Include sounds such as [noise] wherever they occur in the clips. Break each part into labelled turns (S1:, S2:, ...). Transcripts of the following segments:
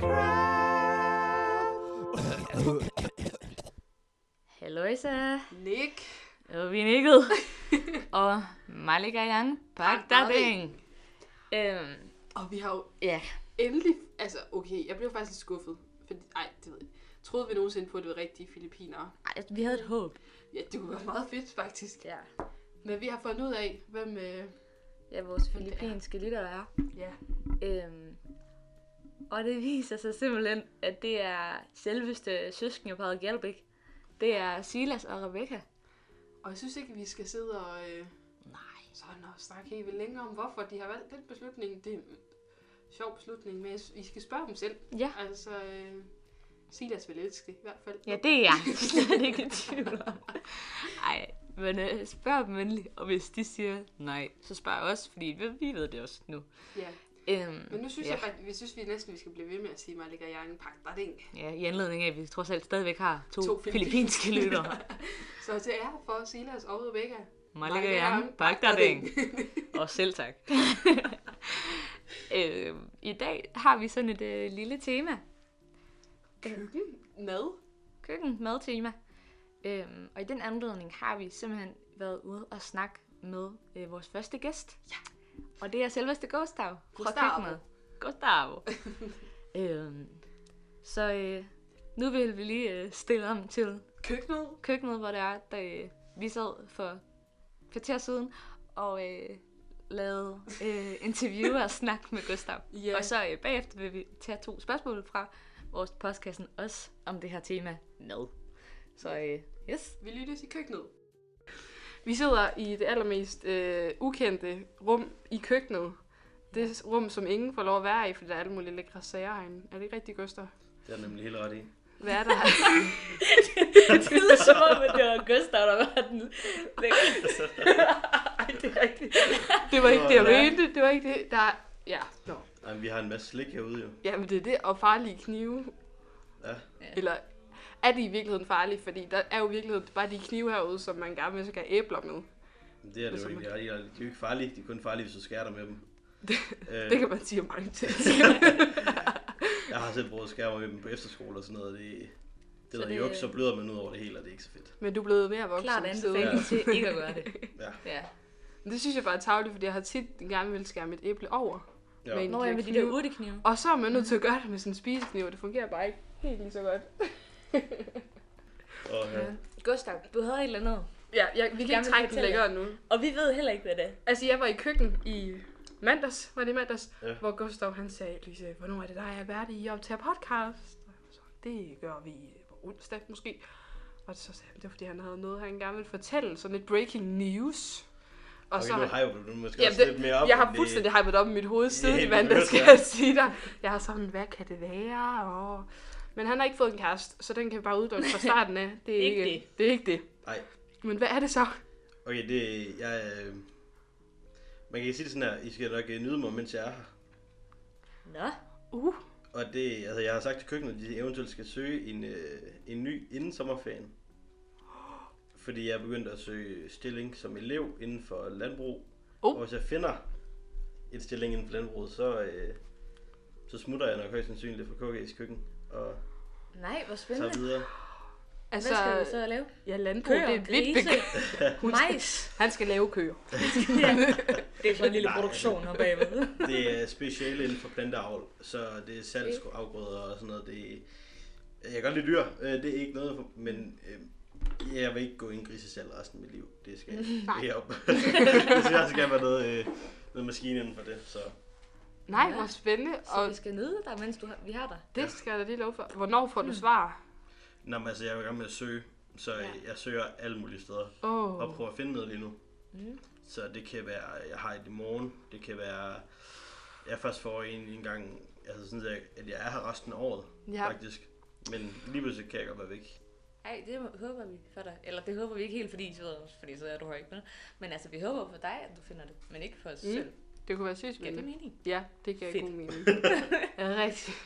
S1: Cocky
S2: Halløjsa.
S3: Nick.
S2: Og vi er [laughs] Nikket. og Malika Yang. Pak da ding. Øhm,
S3: Og vi har jo
S2: ja.
S3: endelig... Altså, okay, jeg blev faktisk lidt skuffet. Fordi, ej, det ved jeg. ikke. Troede vi nogensinde på, at det var rigtige filipinere?
S2: Ej, vi havde et håb.
S3: Ja, det kunne være meget fedt, faktisk.
S2: Ja.
S3: Men vi har fundet ud af, hvem... Øh,
S2: Ja, vores filippinske lytter er.
S3: ja.
S2: Øhm, og det viser sig simpelthen, at det er selveste søskendeparet Gjalbæk. Det er Silas og Rebecca.
S3: Og jeg synes ikke, vi skal sidde og... Øh,
S2: Nej.
S3: sådan og snakke helt vildt længere om, hvorfor de har valgt den beslutning. Det er en sjov beslutning, men jeg synes, I skal spørge dem selv.
S2: Ja.
S3: Altså, øh, Silas vil elske det, i hvert fald.
S2: Ja, det er jeg [laughs] slet ikke i tvivl om. Ej, men øh, spørg dem endelig, og hvis de siger nej, så spørg os, fordi vi, vi ved det også nu.
S3: [laughs] Ja.
S2: Øhm,
S3: Men nu synes
S2: ja.
S3: ja. jeg faktisk, vi synes vi næsten, vi skal blive ved med at sige, at Malika Jørgen pakker dig ding.
S2: Ja, i anledning af, at vi trods alt stadigvæk har to,
S3: To
S2: to
S3: filippin-
S2: filippinske [laughs] lyttere.
S3: Så til ære for Silas og Rebecca.
S2: Malika Yang, pak dig ding. Og selv [laughs] tak. øhm, I dag har vi sådan et øh, lille tema.
S3: Køkken, [laughs] mad.
S2: køkken, madtema. Øhm, og i den anledning har vi simpelthen været ude og snakke med øh, vores første gæst. Ja. Og det er selveste Gustav fra
S3: Gustavo.
S2: køkkenet. [laughs] Gustavo. øhm, så øh, nu vil vi lige øh, stille om til
S3: Køkkenet.
S2: køkkenet, hvor det er, der, øh, vi sad for et kvarter siden og øh, lavede øh, interviewer og snak med [laughs] Gustav.
S3: Ja.
S2: Og så øh, bagefter vil vi tage to spørgsmål fra vores postkassen også om det her tema mad. Så øh, yes.
S3: Vi lyttes i køkkenet. Vi sidder i det allermest øh, ukendte rum i køkkenet. Det rum, som ingen får lov at være i, fordi der er alle mulige lækre sager herinde. Er det ikke rigtigt, Gøster?
S4: Det er nemlig helt ret i.
S3: Hvad er der?
S2: [laughs] Det lyder som om, at det var Gustav, der var den. Ej, det er rigtigt.
S3: det var ikke [laughs] det, jeg mente. Det var ikke det. Der er... Ja. Nå.
S4: Ej, men vi har en masse slik herude jo.
S3: Jamen, det er det. Og farlige knive.
S4: Ja.
S3: Eller er de i virkeligheden farlige? Fordi der er jo i virkeligheden bare de knive herude, som man gerne vil skal have æbler med.
S4: Men det er det jo egentlig ret i. Og De er jo ikke farlige. De er kun farlige, hvis du skærer dig med dem.
S3: [laughs]
S4: øh,
S3: Det kan man sige om mange [laughs] ting.
S4: Jeg har selv prøvet at skære mig med dem på efterskole og sådan noget. og Det, det der
S2: det-
S4: juk, så bløder man ud over det hele, og det er ikke så fedt.
S3: Men du er blevet mere voksen.
S2: Klart
S3: siden.
S2: anbefaling til ikke at gøre det.
S4: Ja.
S2: ja.
S3: Men Det synes jeg bare er tavligt, fordi jeg har tit gerne vil skære mit æble over.
S4: Ja.
S3: Men-
S2: Nå, ja, med de der urteknive.
S3: Og så er man nødt til at gøre det med sådan en spisekniv, og det fungerer bare ikke helt lige så godt.
S4: Og, ja.
S2: Gustav, du havde et eller andet.
S3: Ja, jeg, vi kan
S2: Gerne
S3: ikke
S2: vil
S3: trække den
S2: fortælle.
S3: længere nu.
S2: Og vi ved heller ikke, hvad det er.
S3: Altså, jeg var i køkken i mandags, var det i mandags, ja.
S4: Ja.
S3: hvor Gustav han sagde, Lise, hvornår er det dig, jeg er værdig i at optage podcast? Og jeg var Så, det gør vi på onsdag måske. Og så sagde han, det var fordi, han havde noget, han gerne ville fortælle, sådan et breaking news. Og
S4: Okay, nu
S3: har-
S4: hyper du den måske
S3: Jamen,
S4: også
S3: det,
S4: lidt mere op.
S3: jeg har
S4: end det-
S3: fuldstændig hypet op i mit hoved siden i
S4: helt
S3: mandag,
S4: vildt,
S3: skal
S4: ja.
S3: jeg sige dig. Jeg har sådan, hvad kan det være? Og... Men han har ikke fået en kæreste, så den kan vi bare uddømme fra starten af. Det er
S2: Ikke
S3: ikke, det. det er ikke det.
S4: Nej.
S3: Men hvad er det så?
S4: Okay, det jeg... Øh... Man kan sige det sådan her. I skal nok øh, nyde mig, mens jeg er her.
S2: Nå.
S3: Uh,
S4: Og det, altså jeg har sagt til køkkenet, at de eventuelt skal søge en, øh, en ny inden sommerferien. Fordi jeg er begyndt at søge stilling som elev inden for landbrug.
S3: Oh.
S4: Og hvis jeg finder en stilling inden for landbruget, så, øh, så smutter jeg nok højst sandsynligt fra KG's køkken og
S2: Nej, hvor spændende.
S4: tager videre.
S3: altså,
S2: Hvad skal vi så lave?
S3: ja, landbrug, det er et vidt begreb.
S2: [laughs] majs.
S3: Han skal lave køer.
S2: Det er så en lille produktion her bagved.
S4: Det er speciale inden for planteavl, så det er salgsafgrøder og sådan noget. Det er, jeg kan godt lide dyr, øh, det er ikke noget, for, men øh, jeg vil ikke gå i en grisesal resten af mit liv. Det skal jeg ikke op. [laughs] Hvis jeg skal være noget, øh, noget maskine inden for det, så
S3: Nej, hvor spændende.
S2: [laughs] Så
S3: Og
S2: vi skal nyde dig, mens du har, vi har dig.
S3: det skal jeg da lige love for. Hvornår får du svar?
S4: Nå, men altså, jeg er jo i gang med at søge, så ja. jeg søger alle mulige steder.
S3: Åh,
S4: Og
S3: oh,
S4: prøver at finde noget lige nu. Mm. Så det kan være, jeg har et i morgen. Det kan være, jeg først får en en gang, altså sådan, at jeg- at jeg er her resten af året,
S3: Ja.
S4: ja. faktisk. Men lige pludselig kan jeg godt være væk.
S2: Ej, det må- håber vi for dig. Eller det håber vi ikke helt, fordi, så, fordi så er du her ikke med. Men altså, vi håber for dig, at du finder det. Men ikke for os mm. selv.
S3: det kunne være sygt
S2: Giver det
S3: spændende.
S2: mening?
S3: Ja, det gav
S2: Fedt.
S3: god
S2: [laughs]
S3: mening. Ja, rigtigt.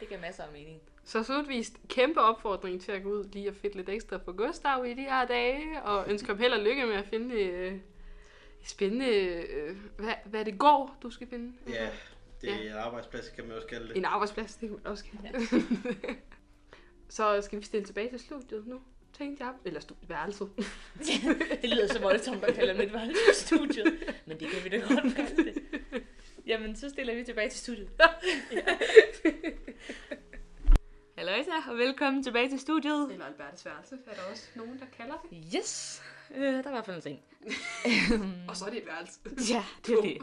S2: Det giver masser af mening.
S3: Så slutvist kæmpe opfordring til at gå ud lige og fedt lidt ekstra på Gustav i de her dage, og ønsker ham held og lykke med at finde øh, spændende, øh, hvad, hvad det går, du skal finde.
S4: Ja, Det er en arbejdsplads, kan man også kalde det.
S3: En arbejdsplads, det kunne man også kalde ja. [laughs] Så skal vi stille tilbage til studiet nu, tænkte jeg. Eller studieværelset.
S1: [laughs] det lyder så voldsomt at kalde mit valg til studiet, men det kan vi da godt kalde det. Jamen, så stiller vi tilbage til studiet.
S2: Halløjsa, og velkommen tilbage til studiet.
S3: Eller Albertes værelse, er der også nogen, der kalder det.
S2: Yes, øh, der er i hvert fald en ting.
S3: Og så er det et værelse.
S2: Ja, det er det.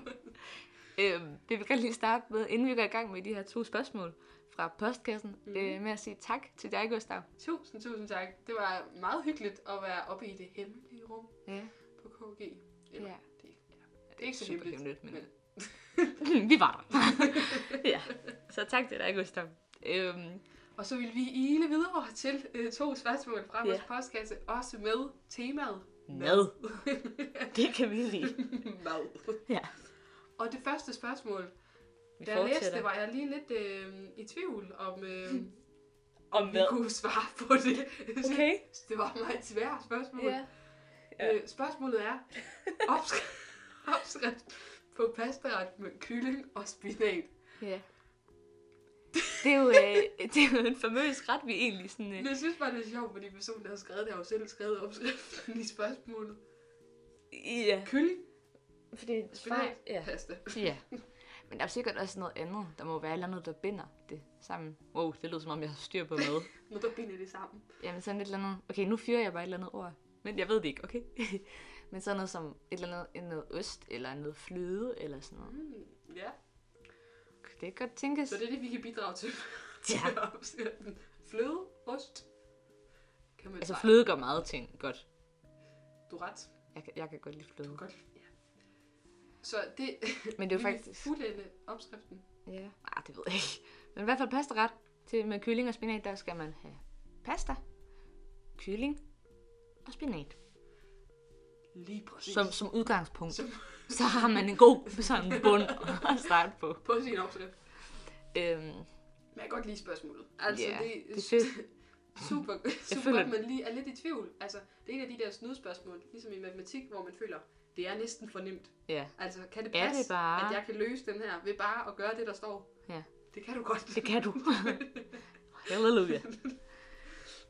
S2: Øhm, vi vil gerne lige starte med, inden vi går i gang med de her to spørgsmål fra postkassen,
S1: Mhm.
S2: mm. øh, med at sige tak til dig, Gustav.
S3: Tusind, tusind tak. Det var meget hyggeligt at være oppe i det hemmelige rum
S2: Ja,
S3: på KG. Eller,
S2: ja.
S3: det, ja. det er ikke så
S2: Super
S3: hemmeligt.
S2: hemmeligt, men- [laughs]
S3: men
S2: vi var
S1: [laughs]
S2: der. ja, så tak til dig, Gustav. Øhm,
S3: Og så vil vi ile videre til øh, to spørgsmål fra vores
S2: Ja.
S3: postkasse, også med
S1: [laughs]
S3: temaet
S2: mad. [laughs] det kan vi lide.
S3: mad.
S2: Ja.
S3: Og det første spørgsmål,
S1: Vi
S3: da jeg læste,
S1: fortsætter.
S3: det, var jeg lige lidt øh, i tvivl om, øh,
S1: Om
S3: vi
S1: hvad?
S3: kunne svare på det. Jeg synes,
S1: [laughs] Okay.
S3: [laughs] Det var et meget svært spørgsmål.
S1: Ja.
S3: Ja. Øh, spørgsmålet
S1: [laughs]
S3: er, opskrift, opskrift på pastaret med kylling og spinat.
S2: Ja. Det er, jo, øh, [laughs] det er jo en famøs ret, vi egentlig sådan... Øh,
S3: Men jeg synes bare, det er sjovt, fordi personen, der har skrevet det, har jo selv skrevet opskriften i spørgsmålet.
S2: ja.
S3: Kylling,
S1: Fordi
S3: spinat,
S1: ja.
S3: pasta.
S2: ja. Men der er sikkert også noget andet. Der må være et eller andet, der binder det sammen. Wow, det lyder som om, jeg har styr på [laughs] mad.
S3: Nu der binder det sammen.
S2: Jamen sådan et eller andet... Okay, nu fyrer jeg bare et eller andet ord. Men jeg ved det ikke, okay? [laughs] Men sådan noget som et eller andet, en noget ost, eller noget fløde, eller sådan noget.
S3: Mm, ja,
S2: Det kan godt tænkes.
S3: så det er det, vi kan bidrage til.
S2: Ja.
S3: [laughs] Til opskriften. Fløde, ost. Kan man
S2: Altså
S3: Nej,
S2: fløde gør meget ting godt.
S3: Du er ret.
S2: Jeg kan, jeg kan godt lide
S3: Du er
S2: fløde.
S3: godt. Ja. Så det,
S2: Men
S3: [laughs]
S2: det
S3: det
S2: er jo faktisk...
S3: fuldende opskriften.
S2: Ja. Ah, det ved jeg ikke. Men i hvert fald pastaret til med kylling og spinat, der skal man have pasta, kylling og spinat.
S3: Lige præcis.
S2: Som, som udgangspunkt.
S3: Som-
S2: Så har man en god sådan bund at starte på.
S3: På sin opskrift.
S2: Øhm,
S3: Men jeg kan godt lide spørgsmålet. Altså,
S2: Ja,
S3: det,
S2: det er fedt.
S3: [laughs] super, super
S2: føler-
S3: godt, man lige er lidt i tvivl. Altså, det er en af de der snydspørgsmål, ligesom i matematik, hvor man føler, det er næsten for nemt.
S2: ja,
S3: Altså, kan det
S2: Er det
S3: passe,
S2: bare-
S3: at jeg kan løse den her ved bare at gøre det, der står?
S2: Ja.
S3: Det kan du godt.
S2: det
S3: [laughs]
S2: kan du. Halleluja.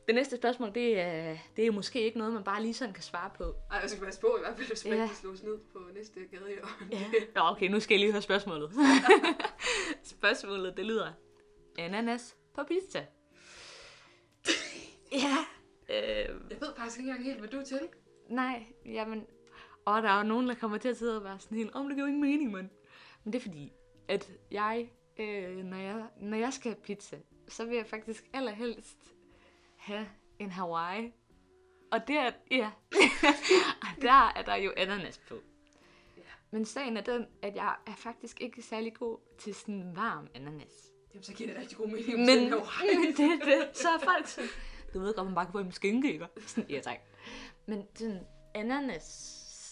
S2: Det næste spørgsmål, det er, det er måske ikke noget, man bare lige sådan kan svare på.
S3: Ej, jeg skal passe på i hvert fald, hvis man
S2: Ja.
S3: ikke slås ned på næste gade. i år.
S2: Ja. Nå, okay, nu skal jeg lige høre spørgsmålet. [laughs] spørgsmålet, det lyder... Ananas på pizza. ja. Øh,
S3: Jeg ved faktisk ikke engang helt, hvad du er til.
S2: nej, jamen... Og der er jo nogen, der kommer til at sidde og være sådan helt... Om det giver jo ingen mening, mand. Men det er fordi, at jeg, øh, når jeg... Når jeg skal have pizza, så vil jeg faktisk allerhelst have en Hawaii. Og der, ja, [laughs] og der er der jo ananas på. Men sagen er den, at jeg er faktisk ikke særlig god til sådan varm ananas.
S3: Jamen, så giver det rigtig god mening.
S2: Men, men [laughs] det, er det, så er folk sådan, du ved godt, man bare kan få en skinke, ikke? Sådan, ja tak. Men sådan, ananas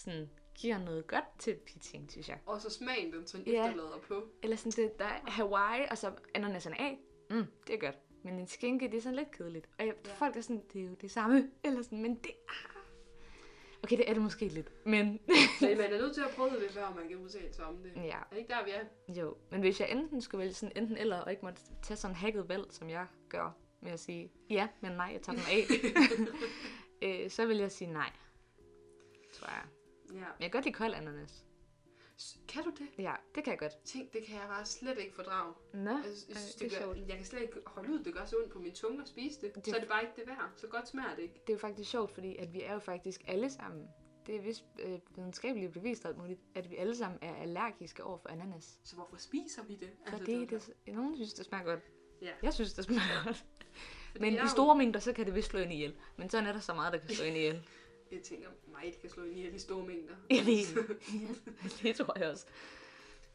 S2: sådan, giver noget godt til pizzaen, synes jeg.
S3: Og så smagen, den sådan
S2: Ja.
S3: efterlader på.
S2: Eller sådan, det, der er Hawaii, og så ananaserne af. Mm, det er godt. Men en skinke, det er sådan lidt kedeligt. Og jeg, ja. folk er sådan, det er jo det samme. Eller sådan, men det ah. Okay, det er det måske lidt. Men
S3: Så man er nødt til at prøve det, før man kan udtale sig om det.
S2: [laughs] ja,
S3: Er det ikke der, vi er?
S2: Jo, men hvis jeg enten skulle vælge sådan enten eller, og ikke måtte tage sådan hacket valg, som jeg gør, med at sige ja, men nej, jeg tager den
S3: [laughs]
S2: af, øh, så vil jeg sige nej. Tror jeg.
S3: Ja.
S2: Men jeg kan godt lide kold ananas.
S3: S- Kan du det?
S2: Ja, det kan jeg godt.
S3: Tænk, det kan jeg bare slet ikke fordrage.
S2: Nå,
S3: Jeg, synes, jeg, synes,
S2: Ej, det
S3: det
S2: er
S3: gør,
S2: sjovt.
S3: jeg kan slet ikke holde ud, det gør så ondt på min tunge at spise det.
S2: Det-
S3: Så er det bare ikke det værd. Så godt smager det ikke.
S2: det er jo faktisk sjovt, fordi at vi er jo faktisk alle sammen, det er vist øh, videnskabeligt bevist og alt muligt, at vi alle sammen er allergiske over for ananas.
S3: Så hvorfor spiser vi det? Altså,
S2: Fordi det, nogen synes, det smager godt.
S3: Ja.
S2: Jeg synes, det smager godt.
S3: fordi
S2: Men
S3: jeg er
S2: i
S3: jo-
S2: store mængder, så kan det vist slå en ihjel. Men sådan er der så meget, der kan slå en ihjel.
S3: Jeg tænker, mig, det kan slå ind i de store mængder.
S2: Jeg ved [laughs] Det tror jeg også.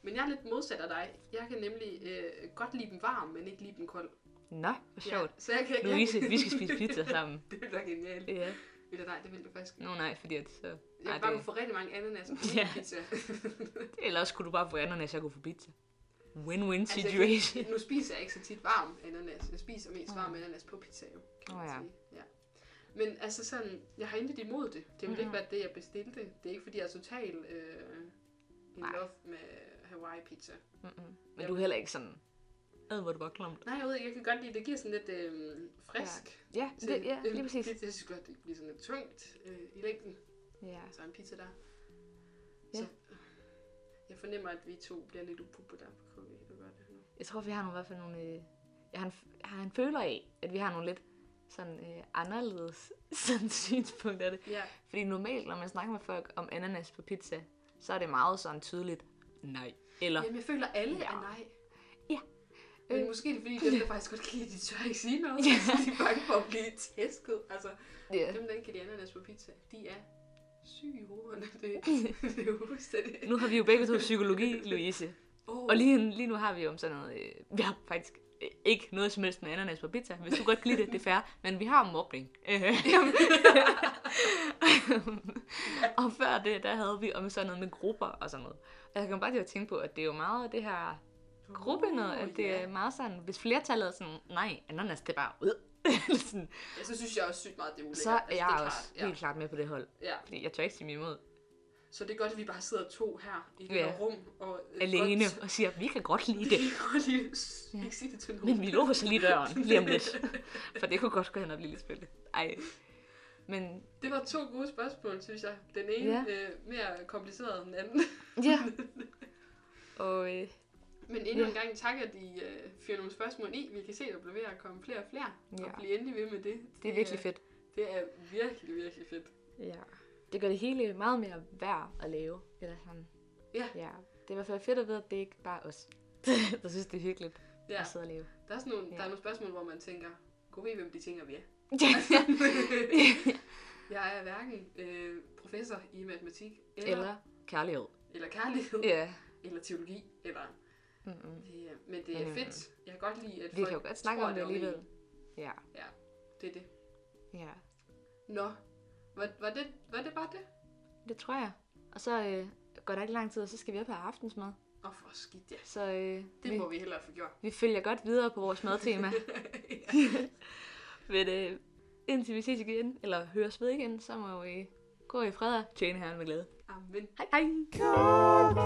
S3: Men jeg er lidt modsat af dig. Jeg kan nemlig øh, godt lide dem varm, men ikke lide dem kold.
S2: Nå, hvor sjovt.
S3: så jeg kan, jeg-
S2: Louise, vi skal spise [laughs] pizza sammen.
S3: [laughs] det er da genialt.
S2: Ja.
S3: Eller nej, det vil du faktisk.
S2: Nå nej, fordi at så...
S3: Jeg
S2: Ej,
S3: kan bare kunne
S2: det...
S3: få rigtig mange ananas på
S2: Ja. [laughs]
S3: min pizza. Altså,
S2: Eller også kunne du bare få ananas, jeg kunne få pizza. Win-win
S3: Altså, jeg
S2: situation.
S3: Nu spiser jeg ikke så tit varm ananas. Jeg spiser mest
S2: Åh.
S3: varm ananas på pizza, jo, kan
S2: [laughs]
S3: man
S2: Åh, ja.
S3: sige. Ja. Men altså sådan, jeg har intet imod det. Det ville ikke
S2: Mhm.
S3: være det, jeg bestilte. Det er ikke, fordi jeg er total øh, in
S2: Nej.
S3: love med Hawaii pizza.
S2: Mm-mm. Men du er heller ikke sådan, ad hvor du godt klamt.
S3: Nej, jeg ved ikke, jeg kan godt lide, det giver sådan lidt øh, frisk.
S2: Ja,
S3: til
S2: det, ja,
S3: en
S2: lige præcis.
S3: Pizza, jeg synes godt, det bliver sådan lidt tungt øh, i længden.
S2: Ja.
S3: Så en pizza der.
S2: Ja.
S3: Så, øh, jeg fornemmer, at vi to bliver lidt upopulære på KV. Jeg gør det nu.
S2: Jeg tror, vi har nogle, i hvert fald nogle... Øh, jeg, har en, f- jeg har en føler af, at vi har nogle lidt sådan øh, anderledes [laughs] sådan synspunkt af det.
S3: Ja,
S2: Fordi normalt, når man snakker med folk om ananas på pizza, så er det meget sådan tydeligt, nej. Eller,
S3: Jamen, jeg føler, alle
S2: Ja.
S3: ja. er nej.
S2: Ja.
S3: Men
S2: Øh.
S3: måske er det fordi, dem, der faktisk godt kan lide, de tør ikke
S2: [laughs]
S3: sige noget. Ja. De er bange for at blive tæsket. Altså,
S2: yeah.
S3: dem, der ikke kan lide ananas på pizza, de er syge i hovederne.
S2: [laughs]
S3: Det, det er jo fuldstændig...
S2: nu har vi jo begge to psykologi, Louise.
S3: Oh,
S2: Og lige, lige nu har vi jo om sådan noget... Øh, vi har faktisk øh, ikke noget som helst med ananas på pizza. Hvis du godt kan lide det, det er fair. Men vi har mobning. [laughs] Øh. og før det, der havde vi om sådan noget med grupper og sådan noget. Og jeg kom bare til at tænke på, at det er jo meget det her gruppe noget,
S3: Uh,
S2: at det er meget sådan, hvis flertallet er sådan, nej, ananas, det er bare ud. [laughs] Eller sådan,
S3: Ja, Altså, så synes jeg også sygt meget, det er ulækkert. Altså,
S2: så er
S3: det
S2: jeg
S3: klart,
S2: også
S3: ja.
S2: helt klart med på det hold.
S3: ja.
S2: Fordi jeg tør ikke sige mig imod
S3: Så det er godt, at vi bare sidder to her i det
S2: Ja.
S3: her rum. Og, øh,
S2: [laughs] alene
S3: Godt,
S2: og siger, vi kan godt lide
S3: det
S2: det,
S3: kan godt lige [laughs] s-
S2: Ja.
S3: ikke sige det til nogen.
S2: men vi låser lige
S3: [laughs]
S2: døren lige om lidt. For det kunne godt gå hen og blive lidt spillet. Ej. Men
S3: Det var to gode spørgsmål, synes jeg. Den ene
S2: Ja.
S3: øh, mere kompliceret end den anden.
S2: ja. [laughs] Og øh,
S3: [laughs] Men endnu
S2: Ja.
S3: en gang tak, at I øh, fyrer nogle spørgsmål i. Vi kan se, der bliver ved at komme flere og flere.
S2: Ja.
S3: Og blive endelig ved med det.
S2: det er virkelig fedt.
S3: Det er virkelig, virkelig fedt.
S2: Ja. Det gør det hele meget mere værd at lave. Eller sådan.
S3: Ja.
S2: ja. Det er i hvert fald fedt at vide, at det ikke bare er os, [laughs] der synes, det er hyggeligt
S3: Ja.
S2: at sidde og lave.
S3: Der er, sådan nogle,
S2: altså. Ja.
S3: der er nogle spørgsmål, hvor man tænker, gå ved, hvem de tænker, vi er.
S2: [laughs] Ja.
S3: [laughs] jeg er hverken øh, professor i matematik, eller, eller.
S2: Eller kærlighed.
S3: eller kærlighed,
S2: Ja.
S3: eller teologi, eller
S2: Mm-mm.
S3: Det, er- men det er
S2: Mm.
S3: fedt. Jeg kan godt lide, at
S2: Vi
S3: folk
S2: kan jo godt snakke
S3: tror,
S2: om det
S3: er okay.
S2: alligevel. Ja,
S3: Det er det.
S2: ja.
S3: Nå. Var, var, det, var det bare det?
S2: Det tror jeg. Og så øh, går der ikke lang tid, og så skal vi op og have aftensmad.
S3: Åh, oh, for skidt ja.
S2: Så øh,
S3: Det
S2: vi,
S3: må vi hellere få gjort. [laughs]
S2: vi følger godt videre på vores madtema. [laughs] Men øh, indtil vi ses igen, eller høres ved igen, så må vi gå i fred og tjene herren med glæde.
S3: Amen.
S2: Hej hej!